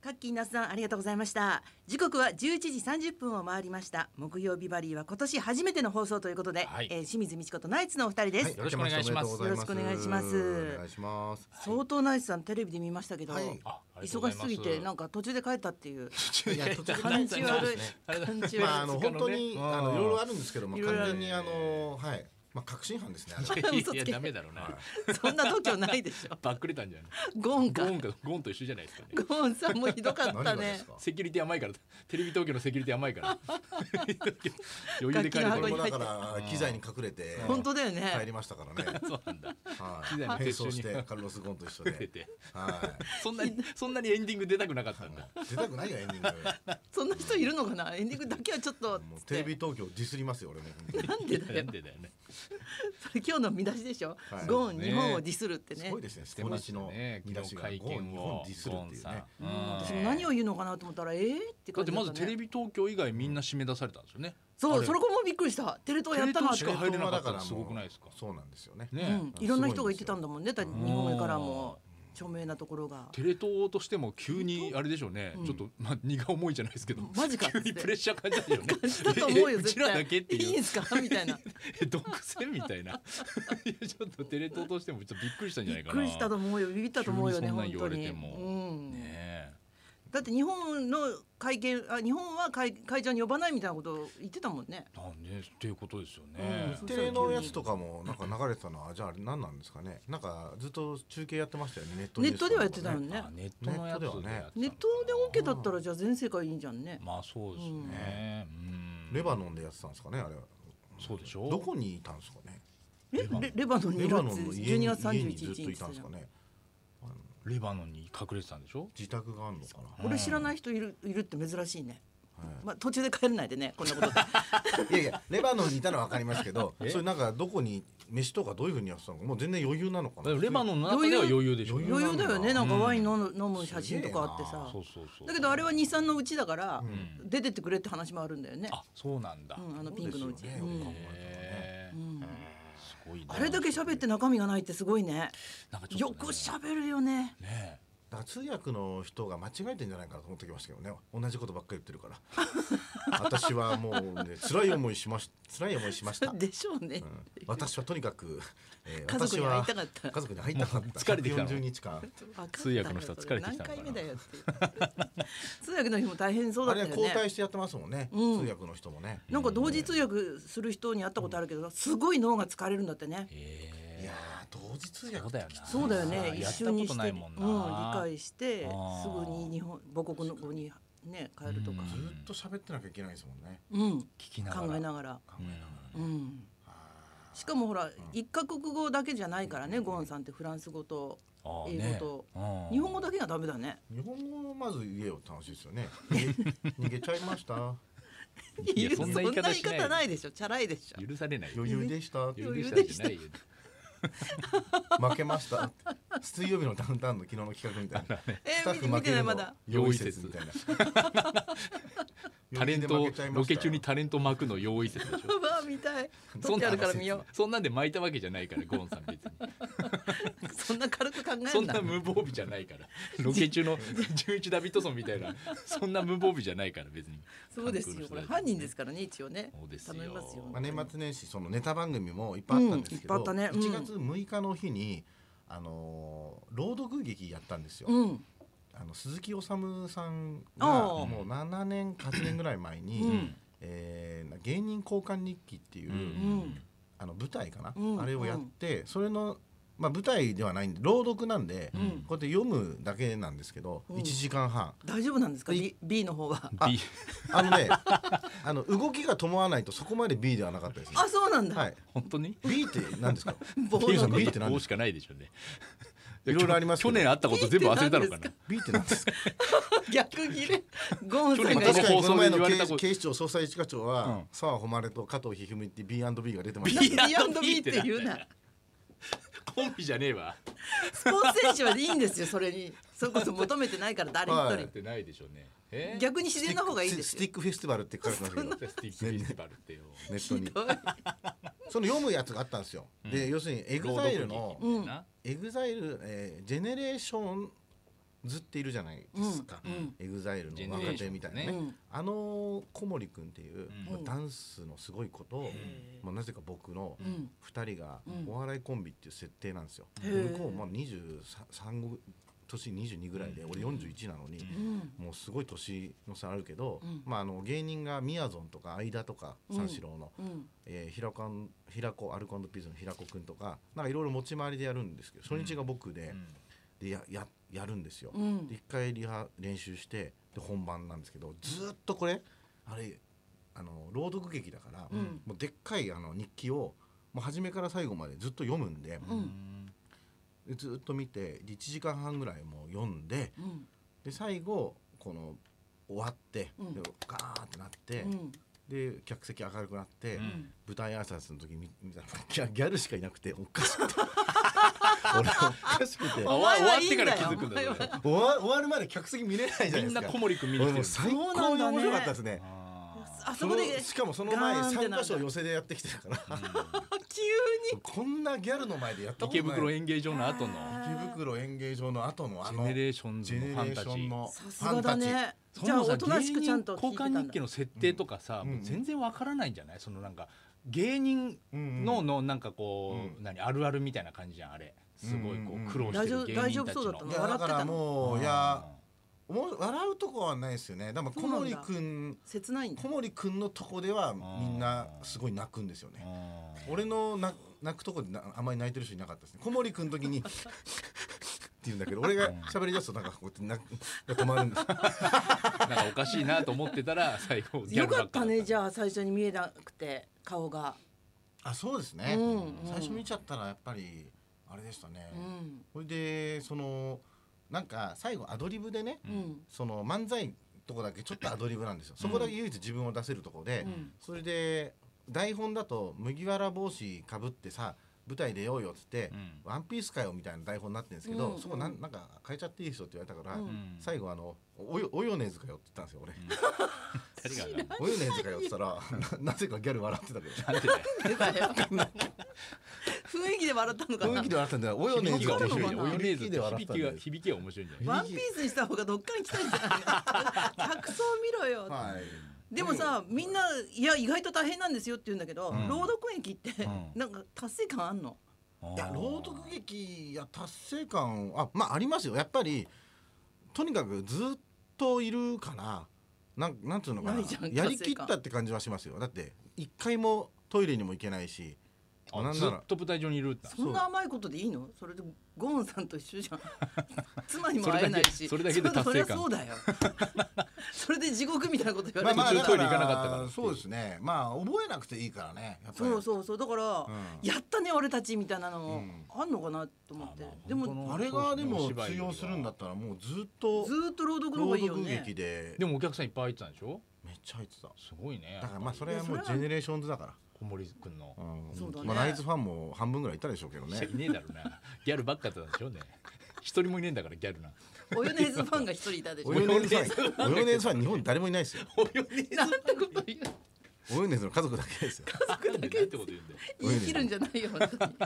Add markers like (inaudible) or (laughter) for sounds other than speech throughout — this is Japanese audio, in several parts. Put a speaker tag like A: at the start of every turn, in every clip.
A: カッキー那須さんありがとうございました時刻は11時30分を回りました木曜日バリーは今年初めての放送ということで、
B: はい
A: えー清水美智子とナイツのお二人です、
B: はいよろしくお願いします
A: よろしくお願いします
C: お願いします。
A: 相当ナイツさんテレビで見ましたけど、
C: はい
B: あありがとうご
A: 忙し
B: ざいます
A: すぎてなんか途中で帰ったって
B: (laughs)
A: いう
C: いや途中で
A: 感じ悪い感じ悪い
C: まああの本当にあのいろいろあるんですけど、まあ
A: いろいろあ
C: 完
A: る
C: 全にあのはい、まあ確信犯ですね。あれはい
B: や
A: 嘘つけ
B: いやダメだろうな。
A: そんな度胸ないでしょ
B: ばっくれたんじゃない。
A: ゴン
B: ゴ
A: か
B: ーンかゴーンと一緒じゃないですかね。
A: ゴンさんもひどかっ
C: 何
A: た
C: がで
A: ね
C: すか。
B: セキュリティ甘いからテレビ東京のセキュリティ甘いから余裕で帰れ
A: ガキの
B: た
A: 箱
C: こ
A: に
C: れ
A: 入
C: もだ
A: って
C: から機材に隠れて
A: 本当だよね
C: 帰りましたからね。
B: そうなんだ機材
C: は
B: の撤
C: い。並
B: 収に
C: 走してカルロスゴーンと一緒
B: 隠れ
C: で。
B: て
C: は
B: そんなにそんなにエンディング出たくなかった
C: い
B: んだ
C: もう。出たくないよエンディング。
A: そんな人いるのかなエンディングだけはちょっと
C: もう
A: つって
C: テレビ東京ディスりますよ俺も。本当に
A: なんでだ
B: な
A: よ
B: んでだよね
A: それ今日の見出しでしょ、
C: はい
A: ゴーン
B: ね
A: 日本をディスるってね
C: すごいですね。スポニチの見出しが
B: 昨日
C: ゴ
B: 会
C: ーン
B: 見
C: 日
B: を
C: 本ディスるっていうね。
B: ゴ
A: うん
B: ーン
A: 私
B: さん
A: も何を言うのかなと思ったらえーって
B: だ
A: 感
B: って
A: じだ
B: まず
A: った
B: テ
A: ね
B: レビ東京以外みんな締め出されたんですよね。
A: そ
B: あ
A: う
B: れ
A: それこもびっくりしたテレ東やったなって
B: テレ東しか入れなかったら
C: テレ東はだらもう
B: すごくないですか
C: そうなんですよね。
A: う
B: ね
A: ん、いろんな人が言ってたんだもんねだって
B: ん
A: 日本からも著名なところが
B: テレ東としても急にあれでしょうね、ちょっと、まあ、荷が重いじゃないですけど、
A: マジかっつ
B: 急
A: って
B: にプレッシャー感じたよね
A: 感じたと思う
B: え
A: よ
B: う
A: 絶
B: ちら
A: 対
B: だけって
A: いいん (laughs)
B: い
A: で
B: う
A: すかみたいな
B: え独占み
A: (laughs)
B: たいないやちょっとテレ東としてもちょっとびっくりしたんじ
A: び
B: ゃな
A: っ
B: いか
A: く
B: な
A: りしたと思うよビビったと思うよね
B: 急にそんなん
A: 本
B: 言
A: 当
B: われ
A: に、
B: て
A: う
B: も
A: ん
B: ねえ
A: だって日本の会見あ日本は会会場に呼ばないみたいなことを言ってたもんね
B: なんでっていうことですよね、
A: うん
C: テレのやつとかもなんか流れてたのはじゃああれ何なんですかねなんかずっと中継やってましたよねネットニュースとかも
A: ネットではやってたのね
B: あネットのやつでやってたのかな
A: ネットで OK だったらじゃあ全世界いいんじゃんね
B: まあそうですね、うん
C: レバノンでやってたんですかねあれは
B: そうでし
C: ど
B: ょ
C: こにいたんですかね
A: えレレバノンに
C: レ
A: いる
C: バ
A: っ
C: ノ
A: つ
C: ンの家
A: 12
C: に
A: 月
C: 家に
A: 31
C: ずっ
A: 日
C: と
A: に
C: いたんですかね
B: レバノンに隠れてたんでしょ
C: 自宅があるのかな
A: これ知らない人いるいるって珍しいね、
C: はい
A: まあ、途中で帰らないでねこんなことで
C: いやいやレバノンにいたのは分かりますけど
B: え
C: それなんかどこに飯とかどういうふうにやってたのかもう全然余裕なのか
B: だか
C: な
B: らレバノンの中では余裕でしょ
C: 余
A: 余裕だよねなんかワイン飲む,、飲む
C: すげえ
A: 写
C: な
A: 真とかあってさ
B: そうそうそう
A: だけどあれは日産のうちだから、
B: ん
A: 出てってくれって話もあるんだよね
B: あそうなんだ、
A: うん、あのピンクのうち
C: そうですよ
A: う
C: ね
A: ん
C: よく考
B: へえすごいな
A: あれだけ喋って中身がないってすごいね
B: なんかちょ
A: よ
B: っとね
A: く喋るよね
B: ね
C: だから通訳の人が間違えてんじゃないかなと思ってきましたけどね同じことばっかり言ってるから私はもう、ね、辛い思いしまし辛い思いしました
A: でしょうね、
C: うん私はとにかく、 (laughs) えー
A: 家族に会いた
C: 私
A: かっ
C: は
A: た
C: 家族に会いたかった
B: 疲れてきたの
C: 40日間
A: 分かったよ
B: 通訳の人は疲れてきたのかな
A: 何回目だよっていう通訳の日も大変そうだ
C: あ
A: った
C: れ
A: よね
C: は交代してやってますもんね、
A: うん
C: 通訳の人もね
A: なんか同時通訳する人に会ったことあるけど、すごい脳が疲れるんだってね。
B: え
C: いやー同時通
B: そ
C: 訳
B: うだよな
A: そうだよね。一
B: やった
A: 瞬
B: こ
A: に
B: と
A: し
B: な
A: て、
B: い
A: うん、理
B: もんな、
A: 解して
B: あー
A: すぐに日本母国の子にね帰るとか、
C: ずっと喋ってなきゃいけないですもんね
A: うん、
B: 聞きながら
A: 考えながら、
C: 考えながら、
A: うん。
C: あ
A: しかもほら一カ国語だけじゃないからね、ゴーンさんってフランス語と
B: ああ
A: 英
B: ね
A: 語
B: うん
A: と日本語だけがダメだね。
C: ー日本語をまず言えよって話ですよね逃げ (laughs) 逃げちゃいました
B: いや
A: そ
B: そ
A: ん
B: ん
A: な
B: な
A: 言い
B: 言い
A: 方
B: 方しない
A: ないでしょ。チャラいでしょ。
B: 許されない
C: 余裕でした
A: 余裕
B: 許したじゃないよ
C: 負けました水曜日のダウンタウンの昨日の企画みたいな、
A: えー
C: スタッフ負ける
A: 見てないま
C: の
A: だ
C: 用意説みたいな
B: タレン
C: 余
B: ト
C: 裕で負けちゃいました
B: ロケ中にタレント巻くの用意説でしょ
A: わあ見たい。撮
B: (laughs) そ
A: っ
B: ん
A: て
B: な
A: あるから見よ
B: そんなんで巻いたわけじゃな
A: (laughs)
B: いからゴーンさん別に
A: う。そんな軽く考えるな。
B: そんな無防備じゃないからロ
A: (laughs)
B: ケ中の11ダビッドソンみたいなそんな無防備じゃないから別に
A: そうですよ。これ犯人ですからね、一応ね。
B: そうですよ
A: 頼みますよ。
C: まあ、年末年始そのネタ番組もいっぱいあったんですけど、
A: うんいっぱいあったねうん
C: 1月6日の日にあのー朗読劇やったんですよ、
A: うん。
C: あの鈴木おさむさんが
A: ああ
C: もう7年8年ぐらい前に、
A: うん
C: えー芸人交換日記っていう、
A: うん。
C: あの舞台かな、
A: うん
C: あれをやって、それの、まあ、舞台ではないんで朗読なんで、こうやって読むだけなんですけど、
A: うん
C: 1時間半。
A: 大丈夫なんですか
C: で
A: B, ?B の方は。
B: あ
C: あの
A: (laughs)
C: ねあの動きが伴わないとそこまで B ではなかったですね。
A: あ、そうなんだ。
C: はい、
B: 本当に
C: B って何ですか
A: (laughs) 棒
B: ビー
C: さ
B: ル
C: ん
B: の
C: B
B: っ
C: っ
B: てて
C: 何
B: 何
C: で
B: ですし
C: か
B: かないでしょうね。
C: いろいろありますけ
B: 去
C: ど
B: 年あったこと全部忘れたのか
A: ビーって何ですか。
B: な
C: B って何ですか、
A: 逆切れ。ゴーンさん
C: ま
A: が
B: 去年
C: あ、確か
B: (laughs) この放
C: にこの前
B: 送で言
C: の
B: われたこ
C: 警
B: と
C: 警視庁捜査一課長
B: う
C: は
B: ん
C: 澤、穂希と加藤一二三って B&B が出てました
A: B
C: ね
A: B&B って言うな。
B: コンビじゃねえわ。
A: スポーツ選手はいいんですよ、それに。それこそ求めてないから、誰
C: は
A: 一
C: い
A: 人
B: っ。てないでしょうね。えー
A: 逆に自然な方がいいんです
C: ステ
A: よ
C: ィッ。クフェスティバルって書いてますけど
B: スティックフェスティバルってよ。
C: ネット
A: (laughs)
C: に
A: ひどい
C: その読むやつがあったんですよ、で要するにエグ
B: 朗
C: ザイ
B: 読
C: ル
B: 劇
C: の
B: みたいな
C: エグザイル、えージェネレーションずっているじゃないですか、
A: うん
C: EXILE の若手みたいなね、
B: ジェネレーションのね
A: うん
C: あの小森君っていう、
B: うん
C: まあダンスのすごい子と、まあ、なぜか僕の
A: うんうん
C: 2人が
A: うん
C: お笑いコンビっていう設定なんですよ。
A: へ
C: で
A: ー
C: 向こうまあ23ご年22ぐらいで俺41なのに、
A: うん
C: もうすごい年の差あるけど、
A: うん
C: まあ、あの芸人がみやぞんとか相田とか
A: うん
C: 三四郎の、
A: うん
C: えー平子あん平子アルコピースの平子くんとかなんかいろいろ持ち回りでやるんですけど初日が僕で,、でやややるんですよ。
A: うん
C: で一回リハ練習してで本番なんですけどずーっとこれあれあの朗読劇だから、
A: うん
C: もうでっかいあの日記をもう初めから最後までずっと読むんで,、
A: うん
C: でずーっと見てで1時間半ぐらいもう読んで
A: うん
C: で最後この終わって、
A: うん
C: でガーってなって、
A: うん
C: で客席明るくなって、
B: うん
C: 舞台挨拶の時見見たら (laughs) ギャギャルしかいなくておかし
A: (laughs)
C: くて俺おかしくて
B: あ
A: お
B: 終
A: 前はい
B: わっ
A: いん
B: て
A: だ
B: か
A: よ
B: ら気づくんだよ
C: 終わ終わるまで客席見れないじゃない
B: それ
C: ですか
B: みんな小森君見に
C: 俺
B: 来て
C: もう
B: る
C: 最高に面白かったですね。
A: あ
B: あ
A: そこで
C: しかもその前
A: ガーンってなんだ
C: 3箇所寄せでやってきてたから
A: 急
C: こんなギャルの前でやったことない
B: 池袋演芸場の後の
A: あ
C: 池袋演芸場の後のあ
B: ジ
C: の
B: ェネレーション
C: ジ
B: ズ
C: ェネ
B: の
C: レ
B: ファン
C: ー
B: タジ
C: ション
B: ー
C: の
A: に
C: フ
A: さす
C: ァ
A: が
C: ンタ
A: だ
C: ジー
A: ねじゃあ
B: そんなのさ
A: おとなしくちゃんと
B: 芸
A: 聞いて
B: 人交
A: たん
B: 換
A: だ
B: 日記の設定とかさ、
C: うん
B: もう全然わからないんじゃないそのなんか芸人ののなんかこう、
C: うん
B: 何あるあるみたいな感じじゃんあれすごいこ
C: うん
B: う苦労してる芸
A: 大丈
B: 人
A: 夫
B: たち
A: そ
B: の
A: うだったの
C: いやだからも
B: う
C: うんいやもう笑うとこはないですよねでも小森くん
A: 切ないんだ
C: 小森くんのとこではみんなすごい泣くんですよね
B: うん
C: 俺のな泣くとこでなあんまり泣いてる人いなかったですね小森君の時にって言うんだけど俺が喋り出すとなんかこうやって泣く止まるんです
B: なんかおかしいなと思ってた
A: (laughs)
B: ら最後ギャ
A: よ
B: ルば
A: か
B: っ
A: っ
B: か
A: たねじ
B: ゃ
A: ゃあ最初に見えなくて顔が
C: あそうですね、
A: うんうん
C: 最初見ちゃったらやっぱりあれでしたね、
A: うん
C: それでそのなんか最後アドリブでね
A: うん
C: その漫才とこだけちょっとアドリブなんですよ、そこだけ唯一自分を出せるとこで、
A: うん
C: それで台本だと麦わら帽子かぶってさ舞台出ようよっつって、ワンピースかよみたいな台本になってるんですけど、
A: うん
C: そこなんなんか変えちゃっていい人って言われたから、
A: うん
C: 最後あの「およおよねずかよ」って言ったんですよ俺
B: 誰が
C: 「およねずかよ」って言ったら (laughs) ななぜかギャル笑ってたけど
B: なんてだよ
A: 出たよ雰囲気で笑ったのか
C: 雰
A: な
C: 囲気で笑ったんだよ「およね
B: 響
C: ず
B: き
C: か
B: が
C: よ」
B: 面白い
A: 響
B: じ
A: き
B: ゃ
A: が
B: ん。
A: 面白い
B: オヨネーズって響きが
C: 響
B: 響きが面白いんじゃない。
A: ワンピースにした方がどっかに来たんじゃないたくさん見ろよ、
C: はい
A: でもさみんないや意外と大変なんですよって言うんだけど、
B: うん
A: 朗読劇って、
B: うん
A: なんか達成感あんの
C: いや朗読劇や達成感あまあありますよやっぱりとにかくずっといるからなんなんつうのかな
A: ないじゃん
C: やり
A: 達成
C: きっ
A: 感
C: たって感じはしますよだって一回もトイレにも行けないし
B: あ
C: なん
B: ず
C: な
B: っ
C: ら
B: と舞台上にいるんだ。
A: そんな甘いことでいいのそれでゴーンさんと一緒
B: (laughs)
A: じゃん妻にも
B: それ
A: 会
B: だけ
A: えないし
B: それだけで達成感
A: そりゃそうだよ
B: (laughs)
A: それで地獄みたいなこと言われて、
B: まあまあ途中トイレ行かなかったから
C: だそうですねまあ覚えなくていいからねやっぱり
A: そうそうそうだから、
C: うん
A: やったね俺たちみたいなの
C: うん
A: あんのかなと思って、
B: あまあ
A: で
B: 本当
A: も
B: の
C: あれがでも
B: そうですね
C: 通用するんだったらもうずっと
A: ずーっと朗読の方
C: 朗
A: がいいよ
C: 読
A: ね
C: 劇で
B: でもお客さんいっぱい入ってたんでしょ。
C: めっちゃ入ってた
B: すごいね。
C: だからまあそれ
A: い
C: は
A: や
C: もう
A: それは
C: ジェネレーションズだから
B: 小森くんの。
C: うん
A: そうだね
C: まあナイツファンも半分ぐらいいたでしょうけど
B: いや
C: ね
B: いねえだろうな。ギャルばっかだったんでしょうね。一人もいねえんだからギャルな。
A: およねずファンが一人いたでしょ
C: オ
A: なんて
C: ヨネーズファン、オヨネーズファン日本に誰もいないですよ。
A: こと言う
C: オヨネーズの家族だけですよ。
B: なんでなんてこと言うんだよ。
A: 言い切るんじゃないよ本当に
B: (laughs)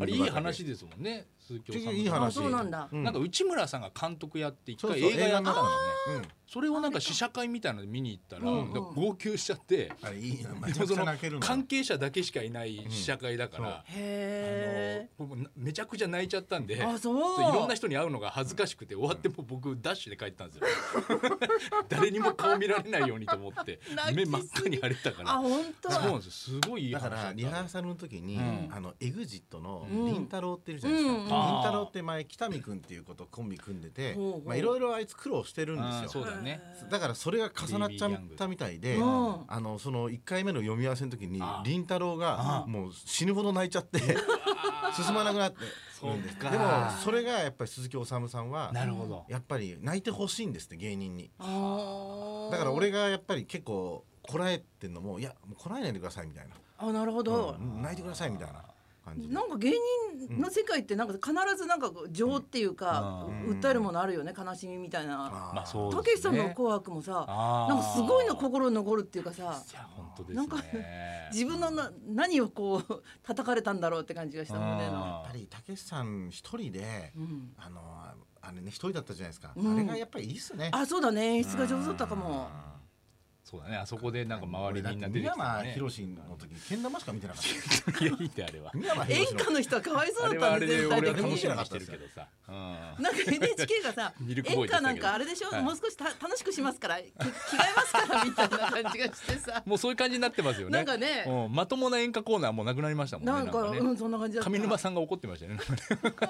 B: あれいい話ですもんね。鈴木おさん。
C: いい話
A: あそうなんだ
C: う
B: なんか内村さんが監督やって一
C: そう
B: 回
C: そう
B: 映画やったんだよね。
C: うん、
B: それをなんか試写会みたいなので見に行ったら、
A: うん
B: なんか号泣しちゃって。
C: あれいいな、めち
B: で
C: ゃ
B: もそ
C: くちゃ
B: の
C: 泣けるの。
B: 関係者だけしかいない試写会だから、
A: へえ
B: あの僕なめちゃくちゃ泣いちゃったんで
A: あそう
B: そういろんな人に会うのが恥ずかしくて終わってもう僕ダッシュで帰ったんですよ (laughs) 誰にも顔見られないようにと思
C: (laughs)
B: って
A: 泣きすぎ
B: 目真っ赤に腫れたか
A: あ
B: ら
A: 本当
B: そうなん
A: は
B: ですよすごいいい
C: だか
B: 話
C: らリハーサルの時に、
B: うん
C: あのエグジットの
A: うん
C: 凛太郎っているじゃないですか、
A: うんうん
C: 凛太郎って前北見君っていうことコンビ組んでて
A: ほうほう
C: まあいろいろあいつ苦労してるん
B: あ
C: で
B: ー
C: す
B: そ
C: よ
B: うだね
C: だからそれが重なっちゃったみたいで、
A: うん
C: あのその1回目の読み合わせの時に
B: あー
C: 凛太郎が
B: あー
C: もう死ぬほど泣いちゃって進まなくなって
B: そうか
C: でもそれがやっぱり鈴木おさむさんは
B: なるほど
C: やっぱり泣いてほしいんですって芸人に
A: あ
C: だから俺
A: が
C: がやっぱり結構こらえてんのもいやもうこらえないでくださいみたいな
A: あなるほど、
C: うん泣いてくださいみたいな感じで
A: なんか芸人の世界ってなんか必ずなんかこう情っていうか、
B: うん
C: うん
A: 訴えるものあるよね悲しみみたいな。
C: あー
B: まあそう
A: た
B: で
A: けし
B: す
A: さんの
B: ね
A: 紅白もさ、
B: あー
A: なんかすごいの心に残るっていうかさ、
B: いや本当で
A: なん
B: (laughs)
A: か
B: すね
A: 自分のな何をこう叩かれたんだろうって感じがした
B: うん
A: 胸の。
C: やっぱりたけしさん一人で
A: うん。
C: あのああれね一人だったじゃないですか、
A: うん
C: あれがやっぱりいいっすね
A: あそうだね演出が上手だったかも
B: そうだねあそこでなんか周りみんな出て
C: 宮
B: きた
C: 山
B: ね
C: 博の時けん玉しか見てなかっ
B: いやいいってあれは
C: た宮山
A: 演
C: 博
A: 歌の人はかわい (laughs) そうだった
B: あ
A: ん
B: れ
A: で
B: はあれで
A: 全体的に
B: 俺は楽しみにしてるけどさ、うん、
A: なんか NHK がさ
B: ミルク
A: 演
B: ボーイ
A: 歌
B: でしたけど
A: なんかあれでしょ、
B: はい
A: もう少した楽しくしますからき着替えますからみたいな感じがしてさ
B: もうそういう感じになってますよね
A: なんかね
B: うん、まともな演歌コーナーもうな (laughs) くなりましたもんね
A: なんか
B: ね
A: うんそんな感じだった
B: 上沼さんが怒ってましたよね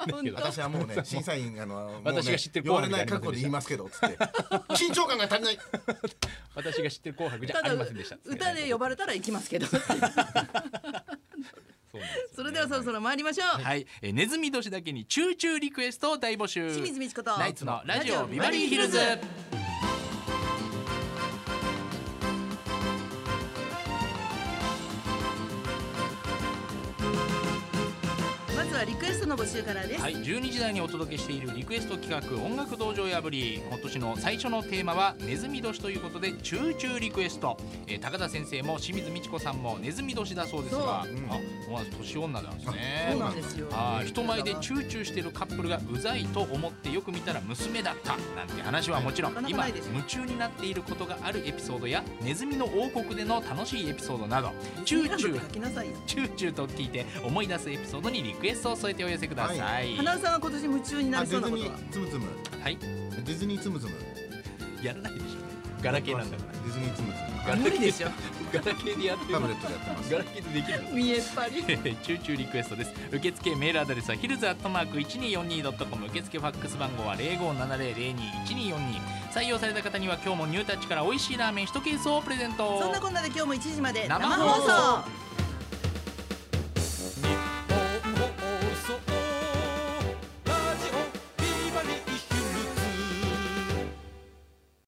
A: 本当
C: 私はもうね審査員あのもうね
B: 私が知ってる
C: 言
B: 後
C: わ
B: 輩み
C: れ
B: た
C: ないい
B: な
C: 覚悟で言いますけど
B: (laughs)
C: つって緊張感が足りない
B: 私が知ってる紅白じゃ
A: た
B: あ
A: だ
B: りませんでした
A: (laughs) 歌で呼ばれたら行きますけど
B: そうなんですよね
A: それではそろそろ参りましょう、
B: はい、えーネズミ年だけにチューチューリクエストを大募集
A: 清水美智子と
B: ナイツのラジオビバリーヒルズ
A: まずはリクエストの募集からです、
B: はい、12時台にお届けしているリクエスト企画音楽道場破り今年の最初のテーマはネズミ年ということでチューチューリクエスト、えー高田先生も清水美智子さんもネズミ年だそうですが、
C: そううん
B: あ、思わず年女なんです
C: あ
B: ね
A: そうなんですよ
B: あー人前でチューチューしてるカップルがうざいと思ってよく見たら娘だったなんて話はもちろん
A: なかなか
B: 今
A: ないです
B: 夢中になっていることがあるエピソードやネズミの王国での楽しいエピソードなどチューチュー
A: 書きなさいよ
B: チューチューと聞いて思い出すエピソードにリクエストを添えてお寄せください、
C: は
B: はい
A: 花尾さんは今年夢中にな
C: あ
A: り
C: デ
A: そ
C: ィ
A: うな
C: ズ
A: こと
C: ニ
A: は
C: ーつむつむディズニーつむつむ
B: やらないでしょガラケーなんだか
C: ディズニーつむつ
B: ら
A: 無理でしょ
B: ガラケーでやって
C: む
B: る
C: タブレットでやってます
B: ガラケーでできるの
A: 見えっぱり
B: チューチューリクエストです受付メールアドレスはヒルズアットマーク 1242.com 受付ファックス番号は0570021242採用された方には今日もニュータッチから美味しいラーメン1ケースをプレゼント
A: そんなこんなで今日も1時まで
B: 生
A: 生
B: 放
A: 放
B: 送
A: 送